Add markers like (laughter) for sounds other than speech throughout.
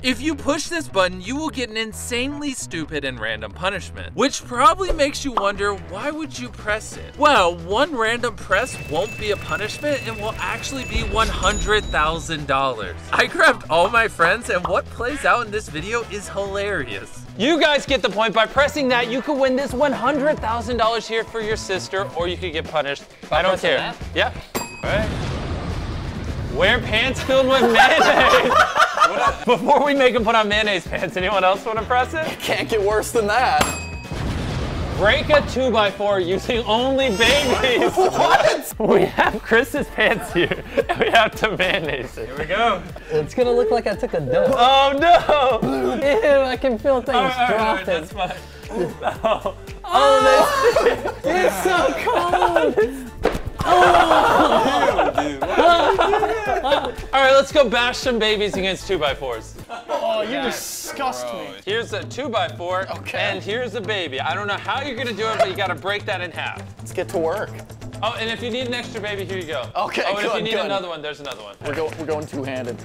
If you push this button, you will get an insanely stupid and random punishment, which probably makes you wonder why would you press it? Well, one random press won't be a punishment and will actually be $100,000. I grabbed all my friends and what plays out in this video is hilarious. You guys get the point. By pressing that, you could win this $100,000 here for your sister, or you could get punished. I don't pressing care. that? Yeah. All right. Wear pants filled with mayonnaise. Before we make him put on mayonnaise pants, anyone else want to press it? Can't get worse than that. Break a two by four using only babies. What? we have Chris's pants here, and we have to mayonnaise it. Here we go. It's gonna look like I took a dump. Oh no! Ew, I can feel things All right, all right, dropping. that's fine. Oh. (laughs) it's so cold. (laughs) All right, let's go bash some babies against two by fours. Oh, you disgust me. Here's a two by four, Okay. and here's a baby. I don't know how you're gonna do it, but you gotta break that in half. Let's get to work. Oh, and if you need an extra baby, here you go. Okay, Oh, and if good, you need good. another one, there's another one. We're, go- we're going two-handed.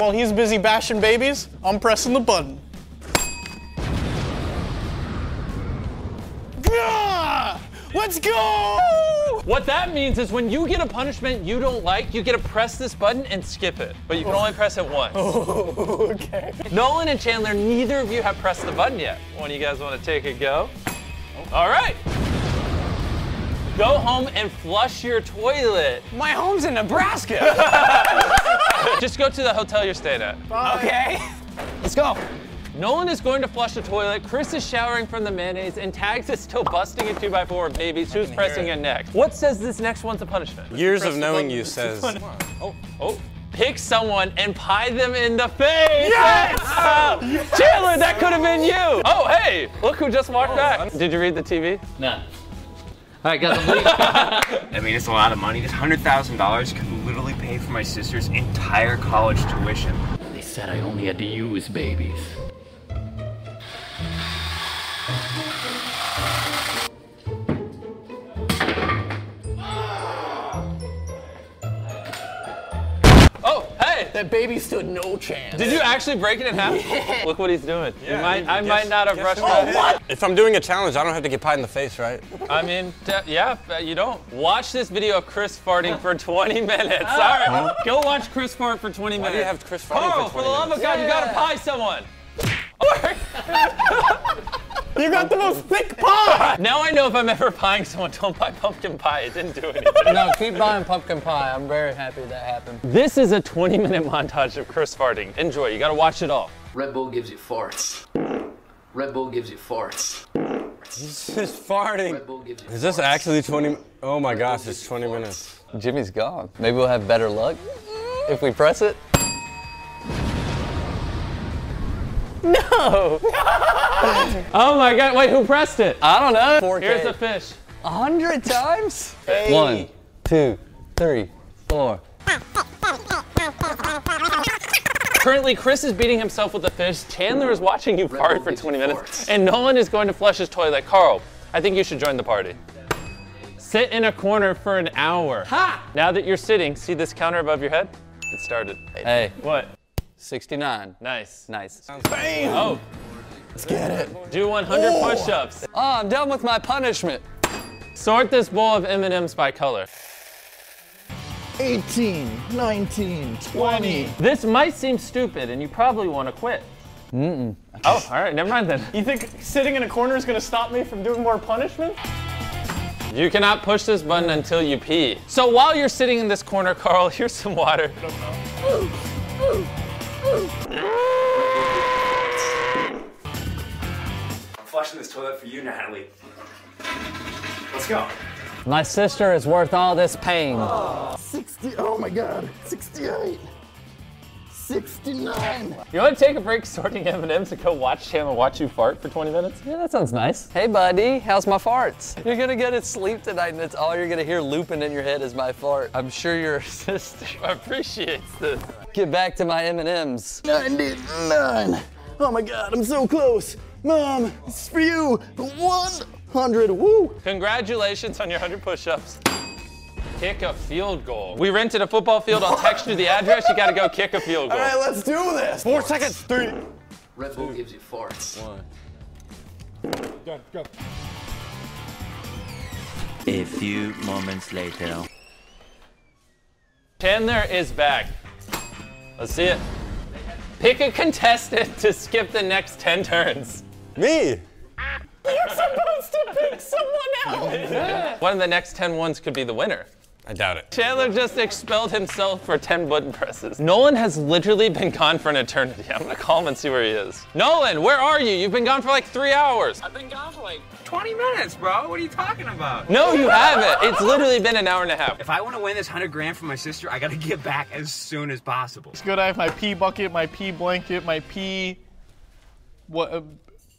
While he's busy bashing babies, I'm pressing the button. Gah! Let's go! What that means is when you get a punishment you don't like, you get to press this button and skip it. But you can only press it once. (laughs) okay. Nolan and Chandler, neither of you have pressed the button yet. One of you guys want to take a go? All right. Go home and flush your toilet. My home's (laughs) in Nebraska. Just go to the hotel you're staying at. okay. Let's go. Nolan is going to flush the toilet. Chris is showering from the mayonnaise, and Tags is still busting a 2x4 of babies. Who's pressing it next? What says this next one's a punishment? Years of knowing you says. Oh, pick someone and pie them in the face. Yes! Chandler, that could have been you. Oh, hey, look who just walked Oh, back. Did you read the TV? None. All right, guys, I'm leaving. I mean, it's a lot of money. This hundred thousand dollars could literally pay for my sister's entire college tuition. they said I only had to use babies. Oh, hey. That baby stood no chance. Did you actually break it in (laughs) half? Look what he's doing. You might- I might not have rushed that. If I'm doing a challenge, I don't have to get pie in the face, right? I mean, d- yeah, but you don't. Watch this video of Chris farting for 20 minutes. Ah. All right, go watch Chris fart for 20 minutes. Why do you have Chris fighting Oh, Carl, for the love of God, you gotta pie someone. You got the most thick pie! Now I know if I'm ever pieing someone, don't buy pumpkin pie. It didn't do anything. No, keep buying pumpkin pie. I'm very happy that happened. this is a 20-minute montage of Chris farting. Enjoy. You gotta watch it all. Red Bull gives you farts. Red Bull gives you farts. This is farting. Red Bull gives you Is this actually 20? Oh my gosh, it's 20 minutes. Jimmy's gone. Maybe we'll have better luck if we press it. Oh my God! Wait, who pressed it? I don't know. Here's a fish. A hundred times? One, two, three, four. Currently, Chris is beating himself with a fish. Chandler is watching you fart Bull for gives you 20 minutes, farts. and Nolan is going to flush his toilet. Carl, I think you should join the party. Sit in a corner for an hour. Ha! Now that you're sitting, see this counter above your head? It started. Hey, What? 69. Nice. Nice. Oh, Oh. Let's get it. Do 100 push-ups. Oh, I'm done with my punishment. Sort this bowl of M&Ms by color. 18, 19, 20. This might seem stupid, and you probably want to quit. Mm-mm. Oh, all right. Never mind then. You think sitting in a corner is gonna stop me from doing more punishment? You cannot push this button until you pee. So while you're sitting in this corner, Carl, (laughs) here's some water. I'm flushing this toilet for you, Natalie. Let's go. My sister is worth all this pain. 60, oh my god, 68, 69. You want to take a break sorting M&Ms and go watch Chandler watch you fart for 20 minutes? Yeah, that sounds nice. Hey, buddy, how's my farts? You're gonna go to sleep tonight, and that's all you're gonna hear looping in your head is my fart. I'm sure (laughs) your sister. Appreciates this. Get back to my M&Ms. 99. Oh my god, I'm so close. Mom, this is for you. 100, woo. Congratulations on your 100 push-ups. kick a field goal. We rented a football field. I'll text you the address. You gotta go kick a field goal. All right, let's do this. Four seconds. Three. Red Bull gives you farts. A few moments later. Chandler is back. Let's see it. Pick a contestant to skip the next 10 turns. Me. One of the next 10 ones could be the winner. I doubt it. Chandler just expelled himself for 10 button presses. Nolan has literally been gone for an eternity. I'm gonna call him and see where he is. Nolan, where are you? You've been gone for like three hours. I've been gone for like 20 minutes, bro. What are you talking about? No, you haven't. It's literally been an hour and a half. If I want to win this 100 grand from my sister, I got to get back as soon as possible. Good. I have my pee bucket, my pee blanket, my pee. What? Uh,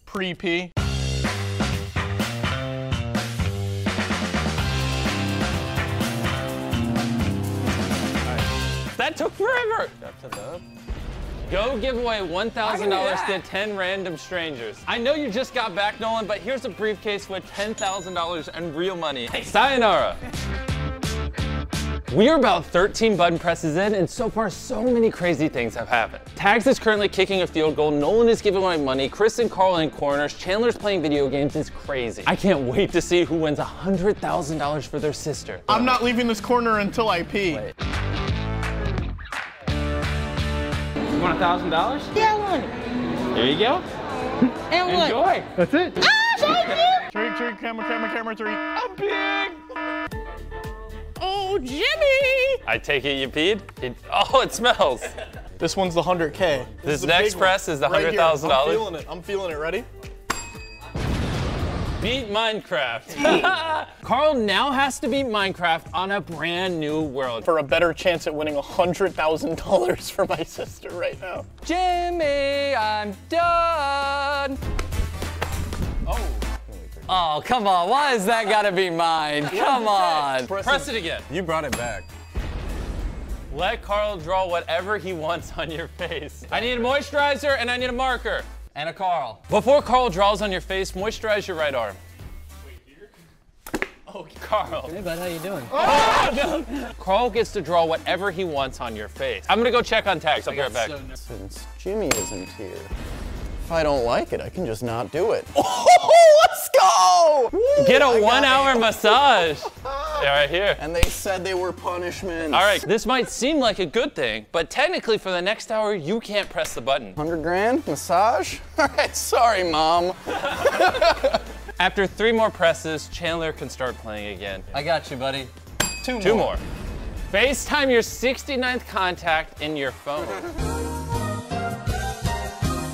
Pre pee. That took forever. Go give away $1,000 to 10 random strangers. I know you just got back, Nolan, but here's a briefcase with $10,000 and real money. Sayonara. We are about 13 button presses in, and so far, so many crazy things have happened. Tags is currently kicking a field goal. Nolan is giving away money. Chris and Carl in corners. Chandler's playing video games. It's crazy. I can't wait to see who wins $100,000 for their sister. I'm not leaving this corner until I pee. You want $1,000? Yeah, one. There you go. And what? Enjoy. Three, three, camera, camera, camera, three. Oh, Jimmy! I take it you peed? It, oh, it (laughs) smells. This one's the 100K. This is the next big press is the Right here. $100,000. I'm feeling it. I'm feeling it. Ready? Beat Minecraft. (laughs) Carl now has to beat Minecraft on a brand new world. For a better chance at winning $100,000 for my sister right now. Jimmy, I'm done. Oh. Oh, come on. Why has that got to be mine? Come on. Press it again. You brought it back. Let Carl draw whatever he wants on your face. I need a moisturizer and I need a marker. And a Carl. Before Carl draws on your face, moisturize your right arm. Oh, Carl. Hey, bud, how you doing? (laughs) Carl gets to draw whatever he wants on your face. I'm gonna go check on tags. I'll be right back. Since Jimmy isn't here, if I don't like it, I can just not do it. let's go! Woo, Get I a got one-hour it. massage. Yeah, right here. And they said they were punishments. All right, this might seem like a good thing, but technically for the next hour, you can't press the button. 100 grand massage? (laughs) All right, sorry, mom. After three more presses, Chandler can start playing again. I got you, buddy. Two more. Two more. FaceTime your 69th contact in your phone.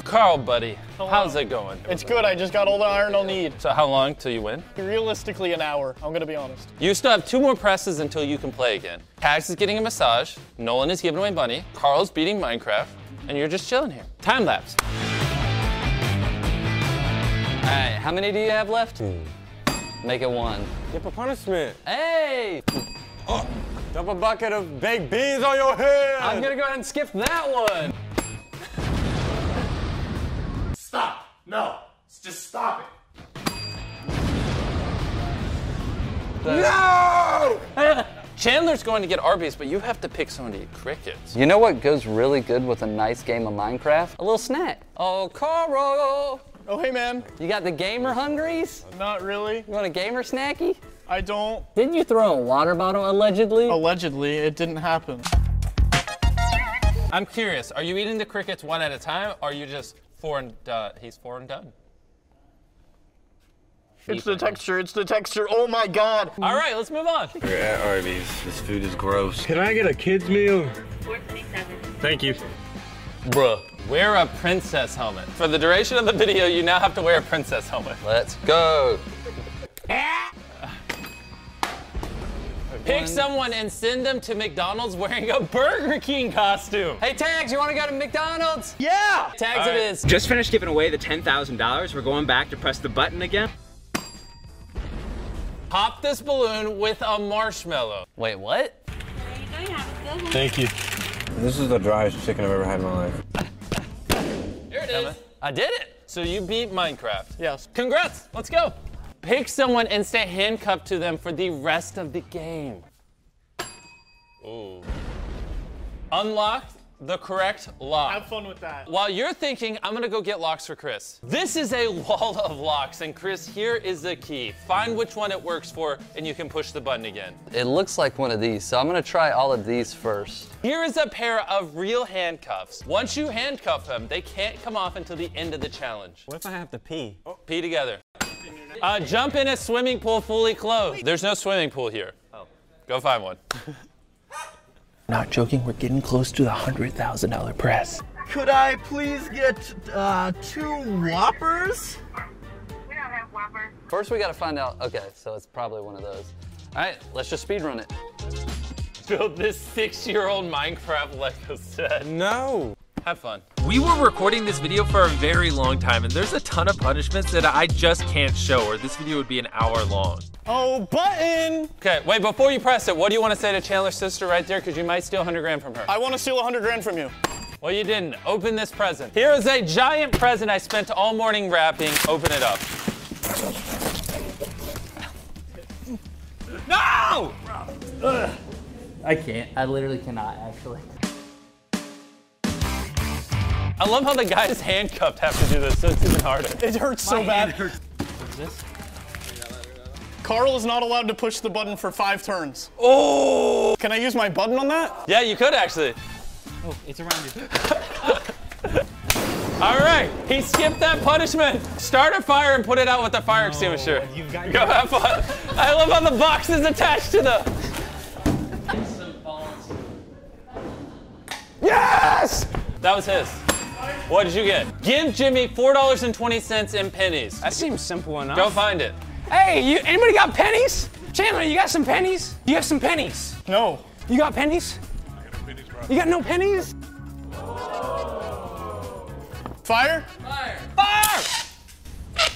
Carl, buddy, how's it going? It's good. I just got all the iron I'll need. So, how long till you win? Realistically, an hour. I'm gonna be honest. You still have two more presses until you can play again. Tags is getting a massage, Nolan is giving away money, Carl's beating Minecraft, and you're just chilling here. Time lapse. All right, how many do you have left? Make it one. Hmm. Get for punishment. Oh. Hey, Dump a bucket of baked beans on your head. I'm gonna go ahead and skip that one. Chandler's going to get Arby's, but you have to pick someone to eat crickets. You know what goes really good with a nice game of Minecraft? A little snack. Oh, Carl, Oh, hey, man. you got the gamer hungries? Not really. You want a gamer snacky? I don't. Didn't you throw a water bottle allegedly? Oh. Allegedly, it didn't happen. I'm curious, are you eating the crickets one at a time, or are you just four and uh, he's four and done? It's the texture. It's the texture. Oh my God. All right, let's move on. We're at Arby's. This food is gross. Bruh. Wear a princess helmet. For the duration of the video, you now have to wear a princess helmet. Let's go. Pick someone and send them to McDonald's wearing a Burger King costume. Hey, Tags, you wanna go to McDonald's? Yeah. Tags All right. it is. Just finished giving away the $10,000. We're going back to press the button again. Pop this balloon with a marshmallow. Wait, what? Thank you. This is the driest chicken I've ever had in my life. Here it is. I did it. So you beat Minecraft. Yes. Congrats, let's go. Pick someone and stay handcuffed to them for the rest of the game. Ooh. Unlock the correct lock. Have fun with that. While you're thinking, I'm gonna go get locks for Chris. This is a (laughs) wall of locks, and Chris, here is the key. Find which one it works for, and you can push the button again. It looks like one of these, so I'm gonna try all of these first. Here is a pair of real handcuffs. Once you handcuff them, they can't come off until the end of the challenge. Oh. What if I have to pee? Pee together. Uh, jump in a swimming pool fully clothed. There's no swimming pool here. Oh. Go find one. Not joking, we're getting close to the $100,000 press. Could I please get uh, two Whoppers? First, we gotta find out. Okay, so it's probably one of those. All right, let's just speedrun it. Build this six-year-old Minecraft Lego set. No. Have fun. We were recording this video for a very long time, and there's a ton of punishments that I just can't show, or this video would be an hour long. Oh, button! Okay, wait, before you press it, what do you want to say to Chandler's sister right there? Because you might steal 100 grand from her. I want to steal 100 grand from you. Well, you didn't. Open this present. Here is a giant present I spent all morning wrapping. Open it up. No! Ugh. I can't. I literally cannot, actually. I love how the guys handcuffed have to do this, so it's even harder. It hurts so bad. Carl is not allowed to push the button for five turns. Oh! Can I use my button on that? Yeah, you could actually. Oh, it's around you. (laughs) All right, he skipped that punishment. Start a fire and put it out with a fire extinguisher. You've got Go have fun. I love how the box is attached to the. Yes! That was his. What did you get? Give Jimmy $4.20 in pennies. That seems simple enough. Go find it. Hey, you, anybody got pennies? Chandler, you got some pennies? You have some pennies? No. You got pennies? You got no pennies? Fire? Fire! Fire!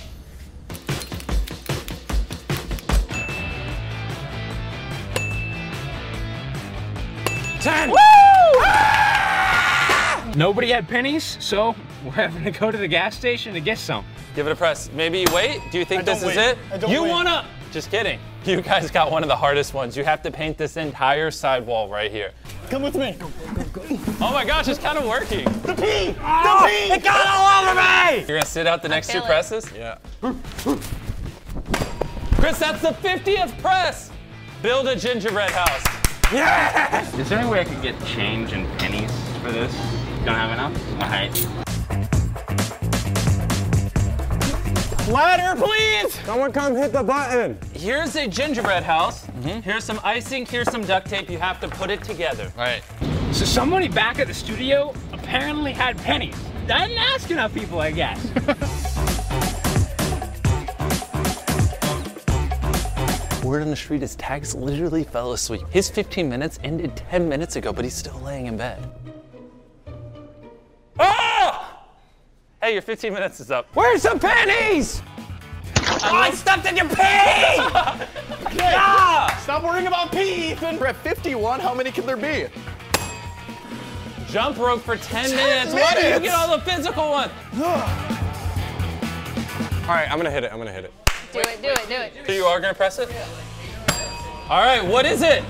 Ten. Woo! Ah! Nobody had pennies, so we're having to go to the gas station to get some. Give it a press. Maybe you wait. Do you think I this don't is wait. it? I don't you wait. wanna? Just kidding. You guys got one of the hardest ones. You have to paint this entire side wall right here. Come with me. Oh my gosh, it's kind of working. The pee! Oh, the pee! it got all over me! You're gonna sit out the next two feel it. presses? Yeah. Chris, that's the 50th press! Build a gingerbread house. Yeah! Is there any way I could get change in pennies for this? Don't have enough? Alright. Ladder, please! Someone come hit the button. Here's a gingerbread house. Here's some icing, here's some duct tape. You have to put it together. All right. So somebody back at the studio apparently had pennies. I didn't ask enough people, I guess. Word on the street is Tags literally fell asleep. His 15 minutes ended 10 minutes ago, but he's still laying in bed. Ah! Hey, your 15 minutes is up. Where's the pennies? Oh, I stuffed in your pee! Stop worrying about pee, Ethan. We're at 51. How many can there be? Jump rope for 10, 10 minutes. Why did you minutes? get all the physical ones? All right, I'm gonna hit it. I'm gonna hit it. Do it, do it, do it. So you are gonna press it? All right, what is it?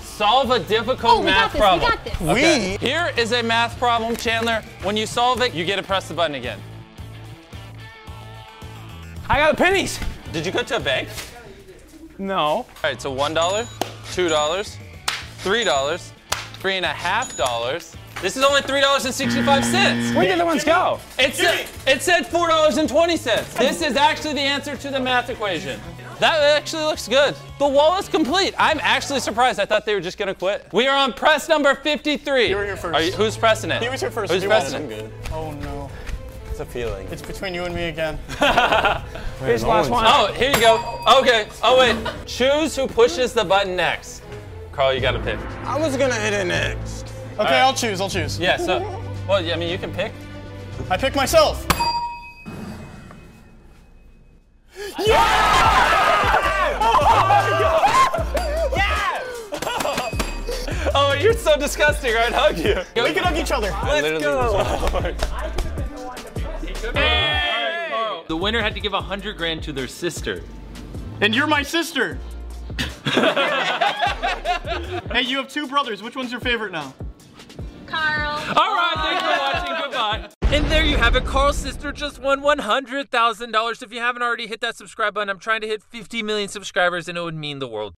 Solve a difficult Oh, we math got this, we problem. got this. Okay. Here is a math problem, Chandler. When you solve it, you get to press the button again. I got the pennies. Did you go to a bank? No. All right, so one dollar, two dollars, three dollars, three and a half dollars. This is only three dollars and sixty-five cents. Where did the other ones go? It said, it said four dollars and twenty cents. This is actually the answer to the math equation. That actually looks good. The wall is complete. I'm actually surprised. I thought they were just gonna quit. We are on press number 53. You were here first. who's pressing it? He was here first. Who's He was. pressing it? Oh no. It's a feeling. It's between you and me again. Here's no last one's- one. Oh, here you go. Okay. Oh wait. Choose who pushes the button next. Carl, you gotta pick. I was gonna hit it next. Okay, I'll choose. I'll choose. Yeah. So, well, yeah, I mean, you can pick. I pick myself. Oh, you're so disgusting. I'd hug you. We can hug each other. Let's go. (laughs) The winner had to give 100 grand to their sister. (laughs) And you're my sister. hey, you have two brothers. Which one's your favorite now? Carl. All right, thanks for watching. Goodbye. And there you have it. Carl's sister just won $100,000. If you haven't already, hit that subscribe button. I'm trying to hit 50 million subscribers, and it would mean the world.